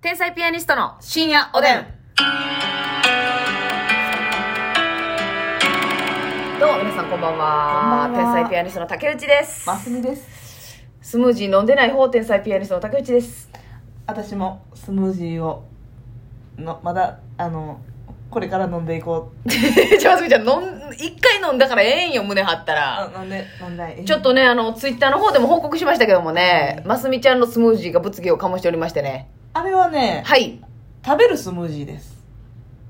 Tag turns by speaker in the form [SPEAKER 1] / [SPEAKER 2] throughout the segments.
[SPEAKER 1] 天才ピアニストの深夜おでん。どうも皆さんこんばんは。
[SPEAKER 2] こんばんは
[SPEAKER 1] 天才ピアニストの竹内です。
[SPEAKER 2] マスミです
[SPEAKER 1] スムージー飲んでない方天才ピアニストの竹内です。
[SPEAKER 2] 私もスムージーをのまだあのこれから飲んでいこう
[SPEAKER 1] じゃあ、ますみちゃん、飲ん、一回飲んだからええんよ、胸張ったら。
[SPEAKER 2] あ飲んで飲んだい
[SPEAKER 1] ちょっとね、あの、ツイッターの方でも報告しましたけどもね、ますみちゃんのスムージーが物議を醸しておりましてね。
[SPEAKER 2] あれはね、
[SPEAKER 1] はい。
[SPEAKER 2] 食べるスムージーです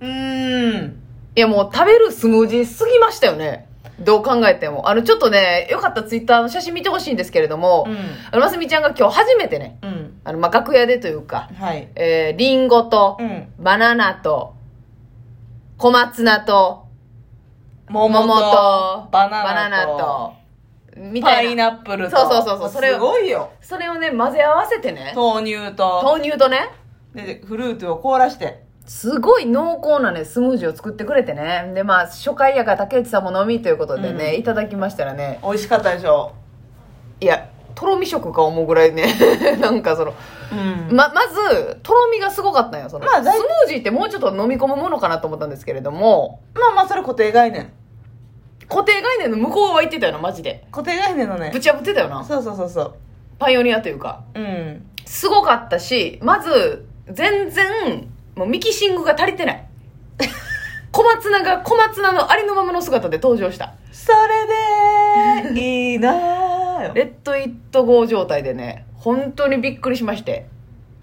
[SPEAKER 2] うーん
[SPEAKER 1] いやもう食べるスムージーすぎましたよね。どう考えても。あの、ちょっとね、よかったらツイッターの写真見てほしいんですけれども、
[SPEAKER 2] う
[SPEAKER 1] あの、ますみちゃんが今日初めてね、
[SPEAKER 2] んうん
[SPEAKER 1] あの、まあ、楽屋でというか、
[SPEAKER 2] はい
[SPEAKER 1] えー、リンゴと
[SPEAKER 2] う、ん
[SPEAKER 1] バナナと、小松菜と、
[SPEAKER 2] 桃
[SPEAKER 1] 桃と、
[SPEAKER 2] バナナと
[SPEAKER 1] バナナとみた
[SPEAKER 2] パ
[SPEAKER 1] い
[SPEAKER 2] イ
[SPEAKER 1] な。
[SPEAKER 2] ナップルと
[SPEAKER 1] そうそうそうそうそれを
[SPEAKER 2] すごいよ
[SPEAKER 1] それをね、混ぜ合わせてね、
[SPEAKER 2] 豆乳と
[SPEAKER 1] 豆乳とね、
[SPEAKER 2] でフルーツを凍らして
[SPEAKER 1] すごい濃厚なね、スムージーを作ってくれてね。で、まあ、初回やから竹内さんも飲みということでね、
[SPEAKER 2] うん
[SPEAKER 1] いただきましたらね、
[SPEAKER 2] 美味しかったでしょ
[SPEAKER 1] いや、とろみ食か思うぐらいね、 なんかその、
[SPEAKER 2] うん
[SPEAKER 1] ま、まず、とろみがすごかったんよ、その。
[SPEAKER 2] まあ
[SPEAKER 1] スム
[SPEAKER 2] だい
[SPEAKER 1] ージーってもうちょっと飲み込むものかなと思ったんですけれども、
[SPEAKER 2] まあまあそれ固定概念
[SPEAKER 1] 固定概念の向こうは言ってたよな、マジで。
[SPEAKER 2] 固定概念のね
[SPEAKER 1] ぶち破ってたよな。
[SPEAKER 2] そうそうそうそう
[SPEAKER 1] パイオニアというか。
[SPEAKER 2] うん
[SPEAKER 1] すごかったし、まず、全然、もうミキシングが足りてない。 小松菜が小松菜のありのままの姿で登場した。
[SPEAKER 2] それでいいなー よ
[SPEAKER 1] レッド・イット・ゴー状態でね、本当にびっくりしまして。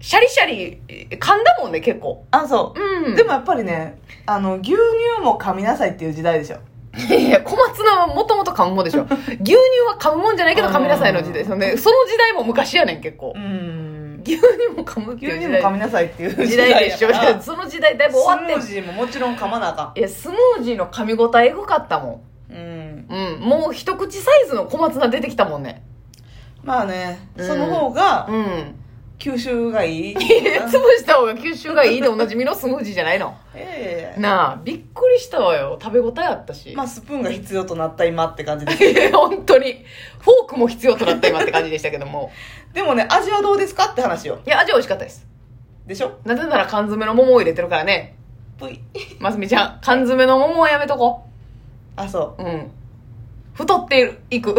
[SPEAKER 1] シャリシャリ、噛んだもんね、結構。
[SPEAKER 2] あそう、
[SPEAKER 1] うん。
[SPEAKER 2] でもやっぱりねあの牛乳も噛みなさいっていう時代でしょ
[SPEAKER 1] いやいや、小松菜はもともと噛むもんで しょ。牛乳は噛むもんじゃないけど噛みなさいの時代ですよね。その時代も昔やねん、結構。
[SPEAKER 2] ん
[SPEAKER 1] 牛乳も噛むって
[SPEAKER 2] 牛
[SPEAKER 1] いう時
[SPEAKER 2] 乳も噛
[SPEAKER 1] 代
[SPEAKER 2] みなさいっていう
[SPEAKER 1] 時代でしょ。
[SPEAKER 2] 時代やから
[SPEAKER 1] その時代だい ぶ終わって
[SPEAKER 2] スムージーももちろん噛まなあか
[SPEAKER 1] いや、スムージーの噛み応えエグかったも
[SPEAKER 2] んうん
[SPEAKER 1] ん。うん。もう一口サイズの小松菜出てきたもんね。
[SPEAKER 2] まあね、
[SPEAKER 1] うん
[SPEAKER 2] その方が
[SPEAKER 1] うん。
[SPEAKER 2] 吸収がい
[SPEAKER 1] い
[SPEAKER 2] い
[SPEAKER 1] や潰した方が吸収がいいでおなじみのスムージーじゃないの。
[SPEAKER 2] ええ
[SPEAKER 1] なあ、びっくりしたわよ。食べ応えあったし。
[SPEAKER 2] まあスプーンが必要となった今って感じです
[SPEAKER 1] え 本当に。フォークも必要となった今って感じでしたけども。
[SPEAKER 2] でもね味はどうですかって話よ
[SPEAKER 1] いや、味は美味しかったです。
[SPEAKER 2] でしょ
[SPEAKER 1] なぜなら缶詰の桃を入れてるからね。
[SPEAKER 2] ぷい
[SPEAKER 1] ますみちゃん、缶詰の桃はやめとこ。
[SPEAKER 2] あそう
[SPEAKER 1] うん。太っているいく。
[SPEAKER 2] う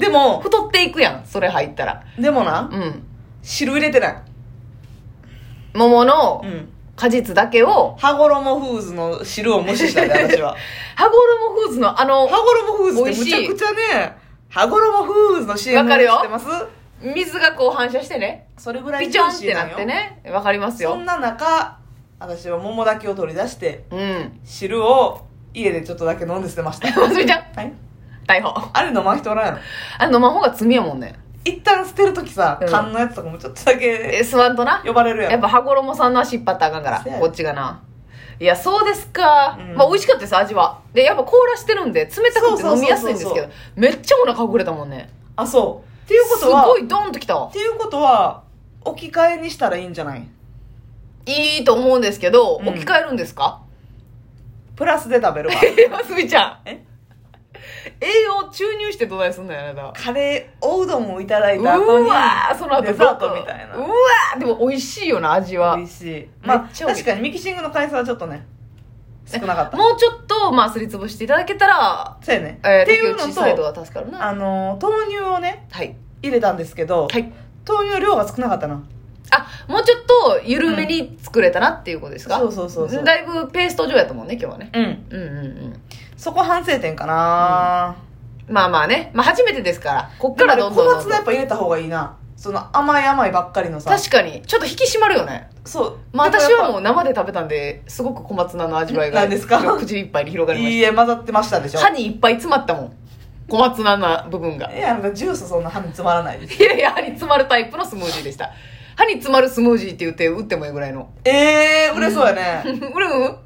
[SPEAKER 2] でも
[SPEAKER 1] 太っていくやん、それ入ったら。
[SPEAKER 2] でもな
[SPEAKER 1] うん。
[SPEAKER 2] 汁入れてない、
[SPEAKER 1] 桃の
[SPEAKER 2] うん、
[SPEAKER 1] 果実だけを、
[SPEAKER 2] 羽衣フーズの汁を無視したんで 私は
[SPEAKER 1] 羽衣フーズのあの、
[SPEAKER 2] 羽衣フーズってむ
[SPEAKER 1] 美味しい
[SPEAKER 2] ちゃくちゃね、羽衣フーズの CM
[SPEAKER 1] わかるよ
[SPEAKER 2] 知ってます
[SPEAKER 1] 水がこう反射してね、
[SPEAKER 2] それぐらい
[SPEAKER 1] ピチョンっ
[SPEAKER 2] ジューシ
[SPEAKER 1] て
[SPEAKER 2] ー
[SPEAKER 1] な
[SPEAKER 2] よ
[SPEAKER 1] って。ね、わかります
[SPEAKER 2] そ
[SPEAKER 1] よ
[SPEAKER 2] ん。な中、私は桃だけを取り出して、
[SPEAKER 1] うん。
[SPEAKER 2] 汁を家でちょっとだけ飲んで捨て ました。
[SPEAKER 1] ますみちゃん、
[SPEAKER 2] はい
[SPEAKER 1] 逮捕。
[SPEAKER 2] あれ飲まん人おらんやろ。
[SPEAKER 1] あの、魔法が罪やもんね。
[SPEAKER 2] 一旦捨てるときさ
[SPEAKER 1] うん、
[SPEAKER 2] 缶のやつとかもちょっとだ
[SPEAKER 1] え、
[SPEAKER 2] け
[SPEAKER 1] スワンとな。
[SPEAKER 2] 呼ばれるや
[SPEAKER 1] やっ
[SPEAKER 2] ん。
[SPEAKER 1] ぱ羽衣さんの足引っ張ったらあかんか
[SPEAKER 2] そう
[SPEAKER 1] ら
[SPEAKER 2] や
[SPEAKER 1] こっちがないやそうですか、
[SPEAKER 2] うん
[SPEAKER 1] まあ美味しかったです味はでやっぱ凍らしてるんで冷たくて
[SPEAKER 2] そうそうそうそうそう
[SPEAKER 1] 飲みやすいんですけどめっちゃお腹膨れたもんね
[SPEAKER 2] あ、そう。っていうことは、
[SPEAKER 1] すご
[SPEAKER 2] っ
[SPEAKER 1] いドンときたわ
[SPEAKER 2] ていうことは、置き換えにしたらいいんじゃない
[SPEAKER 1] いいと思うんですけど、
[SPEAKER 2] うん
[SPEAKER 1] 置き換えるんですか
[SPEAKER 2] プラスで食べ るわ。
[SPEAKER 1] えますみちゃん
[SPEAKER 2] え
[SPEAKER 1] 栄養注入してどないすんのよあなた
[SPEAKER 2] カレー、おうどんをいただいうた後に、
[SPEAKER 1] わーその後
[SPEAKER 2] デザートみたいな
[SPEAKER 1] うわーでも美味しいよな味は
[SPEAKER 2] 美味しい。ま
[SPEAKER 1] めっ
[SPEAKER 2] あ、
[SPEAKER 1] ちゃ美味しい
[SPEAKER 2] 確かにミキシングの回数はちょっとね、少な かった。
[SPEAKER 1] もうちょっとまあすりつぶしていただけたら、
[SPEAKER 2] そうやね。
[SPEAKER 1] えー、
[SPEAKER 2] っていう
[SPEAKER 1] 竹
[SPEAKER 2] の
[SPEAKER 1] 内サイド
[SPEAKER 2] と、
[SPEAKER 1] は助かるな
[SPEAKER 2] あのー、豆乳をね、
[SPEAKER 1] はい
[SPEAKER 2] 入れたんですけど、
[SPEAKER 1] はい
[SPEAKER 2] 豆乳の量が少なかったな。
[SPEAKER 1] あもうちょっと緩めに作れたなっていうことですか、
[SPEAKER 2] そうそうそうそう。
[SPEAKER 1] だいぶペースト状やったもんね今日はね
[SPEAKER 2] うん。
[SPEAKER 1] うんうんうん
[SPEAKER 2] そこ反省点かな、
[SPEAKER 1] まあまあね、まあ、初めてですからこっか
[SPEAKER 2] でも
[SPEAKER 1] ら
[SPEAKER 2] あれ
[SPEAKER 1] ど
[SPEAKER 2] 小
[SPEAKER 1] んどんどん
[SPEAKER 2] 松
[SPEAKER 1] どん
[SPEAKER 2] 菜やっぱ入れた方がいいな。その甘い甘いばっかりのさ。
[SPEAKER 1] 確かにちょっと引き締まるよね
[SPEAKER 2] そう。
[SPEAKER 1] まあ私はも
[SPEAKER 2] う。
[SPEAKER 1] う生で食べたんですごく小松菜の味わいが
[SPEAKER 2] 何ですか
[SPEAKER 1] 口いっぱいに広がりま
[SPEAKER 2] い
[SPEAKER 1] し
[SPEAKER 2] いえ、混ざってましたでしたょ。
[SPEAKER 1] 歯にいっぱい詰まったもん小松菜の部分が
[SPEAKER 2] いや、なんかジュースそんな歯につまらないです。
[SPEAKER 1] いやいや歯に詰まるタイプのスムージーでした歯に詰まるスムージーって言って打ってもいいぐらいの
[SPEAKER 2] ええー、売れそうやね。
[SPEAKER 1] 俺も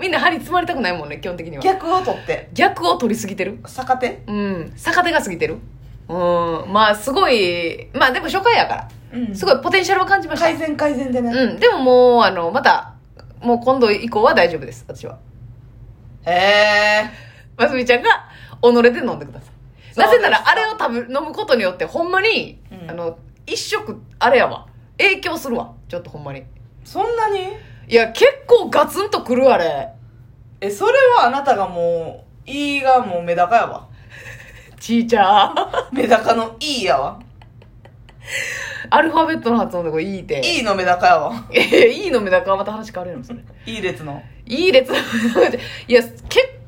[SPEAKER 1] みんな歯に詰まりたくないもんね基本的には
[SPEAKER 2] 逆を取って、
[SPEAKER 1] 逆を取りすぎてる
[SPEAKER 2] 逆手
[SPEAKER 1] うん。逆手が過ぎてる。うん。まあ、すごい、まあでも初回やか
[SPEAKER 2] う
[SPEAKER 1] ら、
[SPEAKER 2] ん
[SPEAKER 1] すごいポテンシャルは感じました。
[SPEAKER 2] 改善改善でね。
[SPEAKER 1] うん。でももう、あの、また、もう今度以降は大丈夫です、私は。
[SPEAKER 2] へえ。
[SPEAKER 1] ますみちゃんが、己で飲んでください。
[SPEAKER 2] そう
[SPEAKER 1] な
[SPEAKER 2] です
[SPEAKER 1] ぜなら、あれを食べ、飲むことによって、ほんまに、
[SPEAKER 2] うん
[SPEAKER 1] あの、一食、あれやわ。影響するわちょっとほんまに
[SPEAKER 2] そんなに
[SPEAKER 1] いや結構ガツンとくるあれ
[SPEAKER 2] えそれはあなたがもう「い」がもうメダカや わ
[SPEAKER 1] ちーちゃん
[SPEAKER 2] メダカの「い」やわ
[SPEAKER 1] アルファベットの発音でこれいいっ
[SPEAKER 2] 「
[SPEAKER 1] てい
[SPEAKER 2] い」のメダカやわ
[SPEAKER 1] え いいのメダカはまた話変わるやろそれ
[SPEAKER 2] いい列の
[SPEAKER 1] いい列 いや結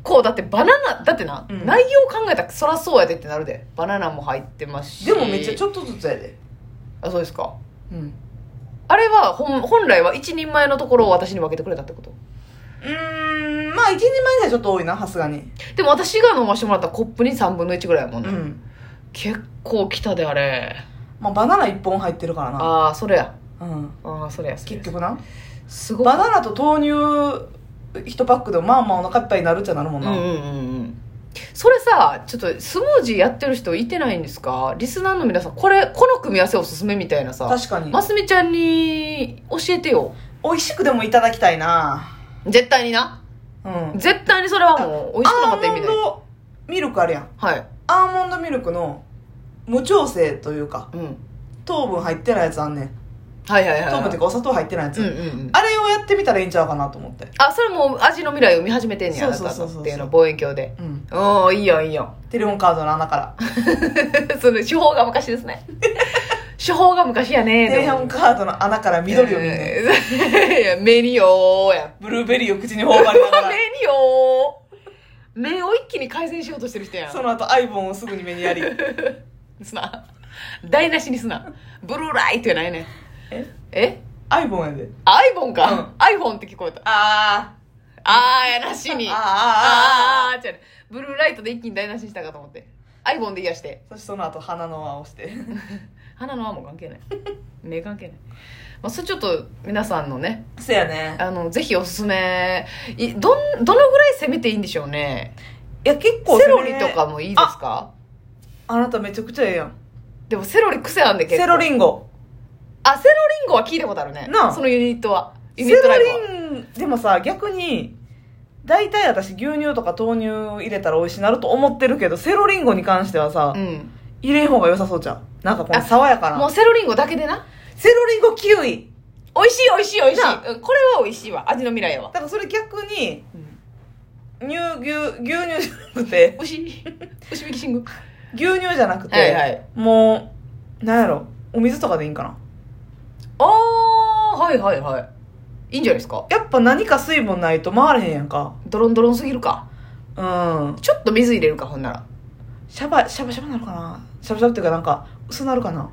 [SPEAKER 1] 構だってバナナだってな、
[SPEAKER 2] うん
[SPEAKER 1] 内容考えたらそらそうやでってなるでバナナも入ってますし
[SPEAKER 2] でもめっちゃち
[SPEAKER 1] ょ
[SPEAKER 2] ょっとずつやで
[SPEAKER 1] あそうですか
[SPEAKER 2] うん
[SPEAKER 1] あれは本本来は一人前のところを私に分けてくれたってこと
[SPEAKER 2] うーんまあ一人前ではちょっと多いなさすがに
[SPEAKER 1] でも私が飲ましてもらったコップに3分の1ぐらいやもん
[SPEAKER 2] う
[SPEAKER 1] ね、
[SPEAKER 2] ん
[SPEAKER 1] 結構きたであれ
[SPEAKER 2] まあバナナ1本入ってるからな
[SPEAKER 1] ああそれや
[SPEAKER 2] うん
[SPEAKER 1] ああそれやそれ
[SPEAKER 2] 結
[SPEAKER 1] や
[SPEAKER 2] 局な
[SPEAKER 1] すごい
[SPEAKER 2] バナナと豆乳1パックでもまあまあお腹いっぱいになるっちゃなるもん
[SPEAKER 1] うん
[SPEAKER 2] な、
[SPEAKER 1] うんうんうんそれさちょっとスムージーやってる人いてないんですかリスナーの皆さんこれこの組み合わせおすすめみたいなさ
[SPEAKER 2] 確かに
[SPEAKER 1] ますすみちゃんに教えてよ
[SPEAKER 2] 美味しくでもいただきたいな
[SPEAKER 1] 絶対にな
[SPEAKER 2] うん
[SPEAKER 1] 絶対にそれはもう美味しくなか
[SPEAKER 2] ア
[SPEAKER 1] った意
[SPEAKER 2] ーモ
[SPEAKER 1] 味
[SPEAKER 2] ン
[SPEAKER 1] で
[SPEAKER 2] ドミルクあるやん
[SPEAKER 1] はい
[SPEAKER 2] アーモンドミルクの無調整というか
[SPEAKER 1] うん
[SPEAKER 2] 糖分入ってないやつあんねん
[SPEAKER 1] はいはいはい
[SPEAKER 2] 糖分っていうかお砂糖入ってないやつ、
[SPEAKER 1] うんうんうん
[SPEAKER 2] あれをやってみたらいいんちゃうかなと思って
[SPEAKER 1] あそれもう味の未来を見始めてんねやあな
[SPEAKER 2] そう
[SPEAKER 1] た
[SPEAKER 2] そうそうそう
[SPEAKER 1] のっていうの望遠鏡で
[SPEAKER 2] うん
[SPEAKER 1] おーいいよいいよ
[SPEAKER 2] テレホンカードの穴 から
[SPEAKER 1] その手法が昔です ね手法が昔やね
[SPEAKER 2] テレホンカードの穴から緑を見んねん、
[SPEAKER 1] えー いや目によーや
[SPEAKER 2] ブルーベリーを口に頬張りながら
[SPEAKER 1] 目によー目を一気に改善しようとしてる人やん
[SPEAKER 2] その後アイボンをすぐに目に やり
[SPEAKER 1] すな台無しにすなブルーライトやないねん
[SPEAKER 2] え
[SPEAKER 1] え
[SPEAKER 2] アイボンやで
[SPEAKER 1] あ iPhone か、iPhone って聞こえた
[SPEAKER 2] あ
[SPEAKER 1] あーやなし
[SPEAKER 2] ー
[SPEAKER 1] に
[SPEAKER 2] あー
[SPEAKER 1] あ
[SPEAKER 2] あーあーあ
[SPEAKER 1] あーじゃねブルーライトで一気に台無しにしたかと思って iPhone で癒して
[SPEAKER 2] そしてその後鼻の輪を して
[SPEAKER 1] 鼻の輪も関 係ない目関係ない、まあ、それちょっと皆さんのね
[SPEAKER 2] そやね
[SPEAKER 1] あのぜひおすすめいどんどのぐらい攻めていいんでしょうね
[SPEAKER 2] いや結構
[SPEAKER 1] セロリとかもいいですか
[SPEAKER 2] あなためちゃくちゃええやん
[SPEAKER 1] でもセロリ癖あんで結構
[SPEAKER 2] セロリンゴ
[SPEAKER 1] あセロリンゴは聞いたことあるね
[SPEAKER 2] なあ
[SPEAKER 1] そのユニットは
[SPEAKER 2] セ
[SPEAKER 1] ユニット
[SPEAKER 2] ロ
[SPEAKER 1] ライブは
[SPEAKER 2] リンでもさ逆に大体私牛乳とか豆乳入れたら美味しいなると思ってるけどセロリンゴに関してはさ、
[SPEAKER 1] うん
[SPEAKER 2] 入れん方が良さそうじゃんなんかこの
[SPEAKER 1] あ
[SPEAKER 2] 爽やか
[SPEAKER 1] も
[SPEAKER 2] な
[SPEAKER 1] うセロリンゴだけでな
[SPEAKER 2] セロリンゴキウイ
[SPEAKER 1] 美味しい美味しい美味し
[SPEAKER 2] ない
[SPEAKER 1] うんこれは美味しいわ味の未来やわ
[SPEAKER 2] だからそれ逆に
[SPEAKER 1] うん
[SPEAKER 2] 乳牛牛乳じゃなくて
[SPEAKER 1] 牛牛ミキシング
[SPEAKER 2] 牛乳じゃなくて、
[SPEAKER 1] はいはい
[SPEAKER 2] もうなんやろお水とかでいいんかな
[SPEAKER 1] あーはいはいはいいいんじゃないですか
[SPEAKER 2] やっぱ何か水分ないと回れへんやんか
[SPEAKER 1] ドロンドロンすぎるか
[SPEAKER 2] うん
[SPEAKER 1] ちょっと水入れるかほんなら
[SPEAKER 2] シャバシャバシャバなるかなシャバシャバっていうかなんか薄なるかな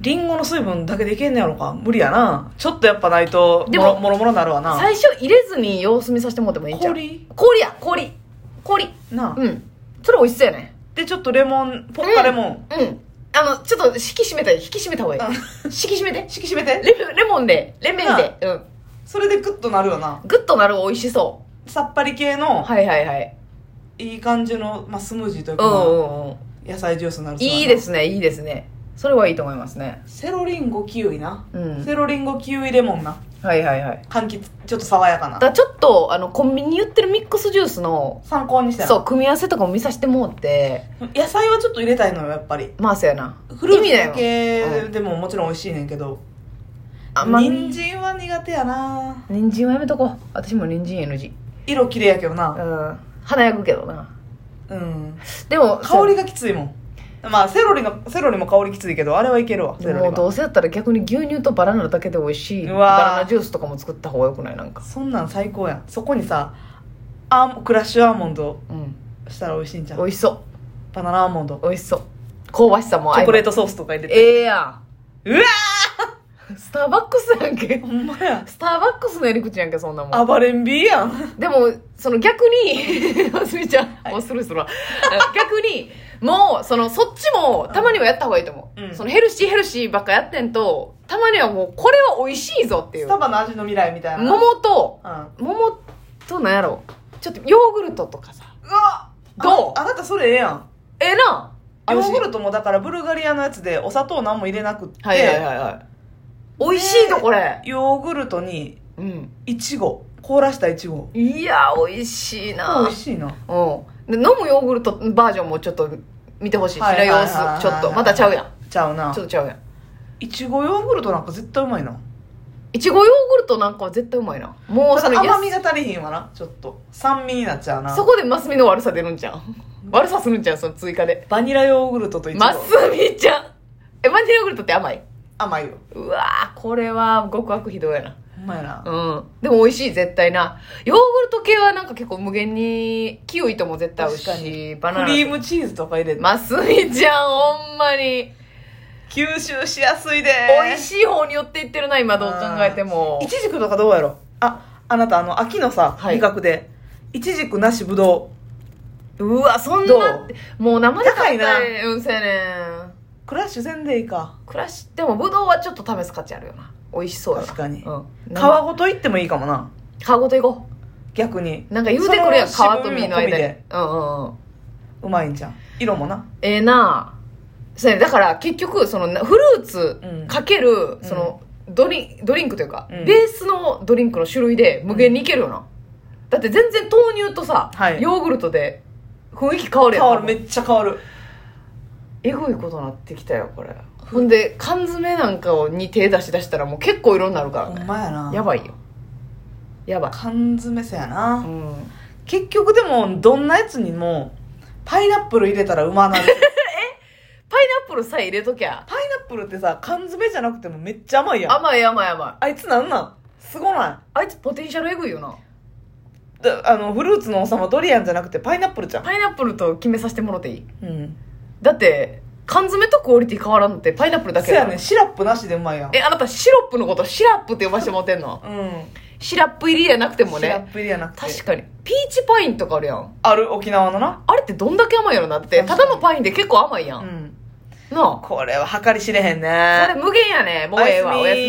[SPEAKER 2] リンゴの水分だけでいけんねやろか無理やなちょっとやっぱないと
[SPEAKER 1] で
[SPEAKER 2] も
[SPEAKER 1] も
[SPEAKER 2] ろもろもろなるわな
[SPEAKER 1] 最初入れずに様子見させてもらってもいいんじゃん
[SPEAKER 2] 氷
[SPEAKER 1] 氷や氷氷
[SPEAKER 2] なあ、
[SPEAKER 1] うんそれ美味しそうやね
[SPEAKER 2] でちょっとレモンポッカレモン、
[SPEAKER 1] うんあのちょっと引き締めたい引き締めた方がいい引き締めて
[SPEAKER 2] 敷き締めて
[SPEAKER 1] レモンレモンでレメンでうん
[SPEAKER 2] それでグッとなるよな
[SPEAKER 1] グッとなる美味しそ
[SPEAKER 2] さっぱり系
[SPEAKER 1] う
[SPEAKER 2] の
[SPEAKER 1] はいはいはい
[SPEAKER 2] いい感じの、まあ、スムージーという
[SPEAKER 1] う
[SPEAKER 2] か、
[SPEAKER 1] んうんうん
[SPEAKER 2] 野菜ジュースになるそうやない
[SPEAKER 1] いですねいいですねそれはいいと思いますね
[SPEAKER 2] セロリンゴキウイな、
[SPEAKER 1] うん
[SPEAKER 2] セロリンゴキウイレモンな
[SPEAKER 1] はいはいはい
[SPEAKER 2] 柑橘ちょっと爽やか
[SPEAKER 1] だ
[SPEAKER 2] な
[SPEAKER 1] からちょっとあのコンビニに売ってるミックスジュースの
[SPEAKER 2] 参考にした
[SPEAKER 1] そ
[SPEAKER 2] ら
[SPEAKER 1] う組み合わせとかも見させてもうって
[SPEAKER 2] 野菜はちょっと入れたいのよやっぱり
[SPEAKER 1] まあそうやな
[SPEAKER 2] フルー
[SPEAKER 1] 意味
[SPEAKER 2] ツ
[SPEAKER 1] だ
[SPEAKER 2] だ
[SPEAKER 1] よ
[SPEAKER 2] けでももちろん美味しいねんけど、
[SPEAKER 1] あんま
[SPEAKER 2] 人
[SPEAKER 1] 人
[SPEAKER 2] 参は苦手やな
[SPEAKER 1] 参はやめとこう私も人参 NG
[SPEAKER 2] 色綺麗やけ
[SPEAKER 1] う
[SPEAKER 2] どなん
[SPEAKER 1] 華やぐけどな
[SPEAKER 2] うん
[SPEAKER 1] でも
[SPEAKER 2] 香りがきついもんまあセロリのセロリも香りきついけどあれはいけるわセ
[SPEAKER 1] で
[SPEAKER 2] ロリ
[SPEAKER 1] もど
[SPEAKER 2] は
[SPEAKER 1] うせやったら逆に牛乳とバナナだけで美味しいうバ
[SPEAKER 2] わー
[SPEAKER 1] ナナジュースとかも作った方がよくないなんか
[SPEAKER 2] そんなん最高やんそこにさアーモクラッシュアーモンド
[SPEAKER 1] うん
[SPEAKER 2] したら美味しいんじゃ
[SPEAKER 1] 美
[SPEAKER 2] ん
[SPEAKER 1] 味しそ
[SPEAKER 2] バナナアーモンド
[SPEAKER 1] う美味しそう香ばしさも
[SPEAKER 2] チョコレー
[SPEAKER 1] ト
[SPEAKER 2] トソースとか入れて
[SPEAKER 1] ええや
[SPEAKER 2] うわ
[SPEAKER 1] んスターバックスやんけ
[SPEAKER 2] ーほんまや
[SPEAKER 1] スターバックスのやり口やんけそんなもん
[SPEAKER 2] 暴れんびやん
[SPEAKER 1] でもその逆に ますみちゃん、
[SPEAKER 2] はい
[SPEAKER 1] もうスルーするわ あ逆にもうそのそっちもたまにはやった方がいいと思う、
[SPEAKER 2] うん
[SPEAKER 1] そのヘルシーヘルシーばっかやってんとたまにはもうこれは美味しいぞってい
[SPEAKER 2] ス
[SPEAKER 1] う
[SPEAKER 2] タバの味の未来みたいなうん
[SPEAKER 1] 桃と
[SPEAKER 2] うわ
[SPEAKER 1] 桃となんやろちょっとヨーグルトとかさど
[SPEAKER 2] ど
[SPEAKER 1] う
[SPEAKER 2] うあなたそれええやん
[SPEAKER 1] ええな
[SPEAKER 2] ヨーグ
[SPEAKER 1] ト
[SPEAKER 2] ルトもだからブルガリアのやつでお砂糖何も入れなくって、
[SPEAKER 1] はいはいはいはい美味しいの
[SPEAKER 2] ね
[SPEAKER 1] これ、
[SPEAKER 2] ヨーグルトに
[SPEAKER 1] うん
[SPEAKER 2] いちご凍らしたいちご
[SPEAKER 1] いや美味しいな
[SPEAKER 2] 美味しいな
[SPEAKER 1] うんで飲むヨーグルトバージョンもちょっと見てほしいし
[SPEAKER 2] はい
[SPEAKER 1] な
[SPEAKER 2] はいはい
[SPEAKER 1] 様
[SPEAKER 2] はい
[SPEAKER 1] 子ちょっとまたちゃうやん
[SPEAKER 2] ちゃうな
[SPEAKER 1] ちょっとちゃうやん
[SPEAKER 2] いちごヨーグルトなんか絶対うまいない
[SPEAKER 1] ちごヨーグルトなんかは絶対うまいなもう
[SPEAKER 2] た
[SPEAKER 1] そ
[SPEAKER 2] だ
[SPEAKER 1] の
[SPEAKER 2] 甘みが足りひんわなちょっと酸味になっちゃうな
[SPEAKER 1] そこでマスミの悪さ出るんじ ゃん悪さするんじゃんその追加で
[SPEAKER 2] バニラヨーグルトといちご
[SPEAKER 1] マスミちゃんえマニラヨーグルトって甘い
[SPEAKER 2] 甘いよ
[SPEAKER 1] うわーこれは極悪非道やな
[SPEAKER 2] ほんまやな、
[SPEAKER 1] うんでも美味しい絶対なヨーグルト系はなんか結構無限にキウイとも絶対合う
[SPEAKER 2] 確か
[SPEAKER 1] しバナナ
[SPEAKER 2] クリームチーズとか入れて、
[SPEAKER 1] マスミちゃんほんまに
[SPEAKER 2] 吸収しやすいで
[SPEAKER 1] 美味
[SPEAKER 2] しい
[SPEAKER 1] しい方に寄っていってるな今どう考えても
[SPEAKER 2] いちじくとかどうやろああなたあの秋のさ
[SPEAKER 1] はい
[SPEAKER 2] 味覚でいちじくなしぶどう
[SPEAKER 1] うわそん
[SPEAKER 2] どう
[SPEAKER 1] なもう生で食べたい
[SPEAKER 2] 高い
[SPEAKER 1] うんそうやねん
[SPEAKER 2] クラッシュ全でいいか
[SPEAKER 1] 暮らしでもぶどうはちょっと試す価値あるよな美味しそうやな
[SPEAKER 2] 確かに
[SPEAKER 1] うん、
[SPEAKER 2] 皮
[SPEAKER 1] 生
[SPEAKER 2] ごといってもいいかもな
[SPEAKER 1] 皮ごといこ
[SPEAKER 2] 逆に
[SPEAKER 1] うなんか言うてくるやん皮
[SPEAKER 2] その
[SPEAKER 1] と身の
[SPEAKER 2] 渋みも込み
[SPEAKER 1] 間に
[SPEAKER 2] で
[SPEAKER 1] うんうんうん
[SPEAKER 2] うまいんじゃん色もな
[SPEAKER 1] ええなあそうやねだから結局そのなフルーツ
[SPEAKER 2] うん
[SPEAKER 1] かけるそのドリンドリンクというか、
[SPEAKER 2] うん
[SPEAKER 1] ベースのドリンクの種類で無限にいけるよな、だって全然豆乳とさ、
[SPEAKER 2] はい
[SPEAKER 1] ヨーグルトで雰囲気変わるやん
[SPEAKER 2] 変わるめっちゃ変わる
[SPEAKER 1] えぐいことなってきたよこれ ほんで缶詰なんかをに手出し出したらもう結構色になるから
[SPEAKER 2] ほ
[SPEAKER 1] ね
[SPEAKER 2] んまやな
[SPEAKER 1] やばいよやばい
[SPEAKER 2] 缶詰せやな、
[SPEAKER 1] うん
[SPEAKER 2] 結局でもどんなやつにもパイナップル入れたらう まなる
[SPEAKER 1] パイナップルさえ入れときゃ
[SPEAKER 2] パイナップルってさ缶詰じゃなくてもめっちゃ甘いやんあ
[SPEAKER 1] 甘い甘い甘い
[SPEAKER 2] いつなんなんすごな
[SPEAKER 1] あいつポテンシャルエグいよない
[SPEAKER 2] だあのフルーツの王様ドリアンじゃなくてパイナップルじゃん、
[SPEAKER 1] パイナップルと決めさせてもろていい
[SPEAKER 2] うん
[SPEAKER 1] だって缶詰とクオリティ変わらんのってパイナップルだけ
[SPEAKER 2] せ
[SPEAKER 1] だ
[SPEAKER 2] や
[SPEAKER 1] よ
[SPEAKER 2] ねんシラップなしでうまいやん
[SPEAKER 1] えあなたシロップのことシラップって呼ばしてもらってんの
[SPEAKER 2] うん
[SPEAKER 1] シラップ入りやなくても
[SPEAKER 2] シラ
[SPEAKER 1] ね
[SPEAKER 2] ップ入りやなくて
[SPEAKER 1] 確かにピーチパインとかあるやん
[SPEAKER 2] ある沖縄のな
[SPEAKER 1] あれってどんだけ甘いやろなって
[SPEAKER 2] 確
[SPEAKER 1] た
[SPEAKER 2] かに
[SPEAKER 1] だのパインで結構甘いやん、
[SPEAKER 2] うん
[SPEAKER 1] なあ
[SPEAKER 2] これは計り知れへんね
[SPEAKER 1] これ無限やねもうええわ
[SPEAKER 2] おやすみ
[SPEAKER 1] おやすみ